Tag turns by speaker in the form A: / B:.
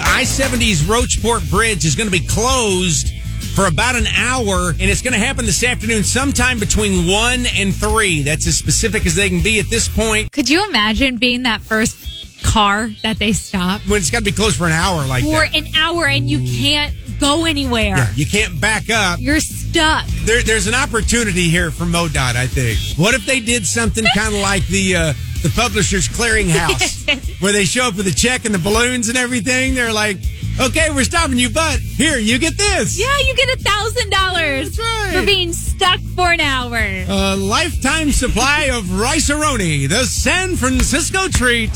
A: I-70's Roachport Bridge is going to be closed for about an hour, and it's going to happen this afternoon sometime between 1 and 3. That's as specific as they can be at this point.
B: Could you imagine being that first car that they stop
A: When it's got to be closed for an hour like
B: for
A: that.
B: an hour and you can't go anywhere?
A: Yeah, you can't back up.
B: You're stuck.
A: There, there's an opportunity here for MoDOT, I think. What if they did something kind of like the uh, the Publishers Clearinghouse, where they show up with a check and the balloons and everything? They're like, "Okay, we're stopping you, but here, you get this."
B: Yeah, you get a thousand dollars
A: That's right.
B: for being stuck for an hour.
A: A lifetime supply of rice-a-roni, the San Francisco treat.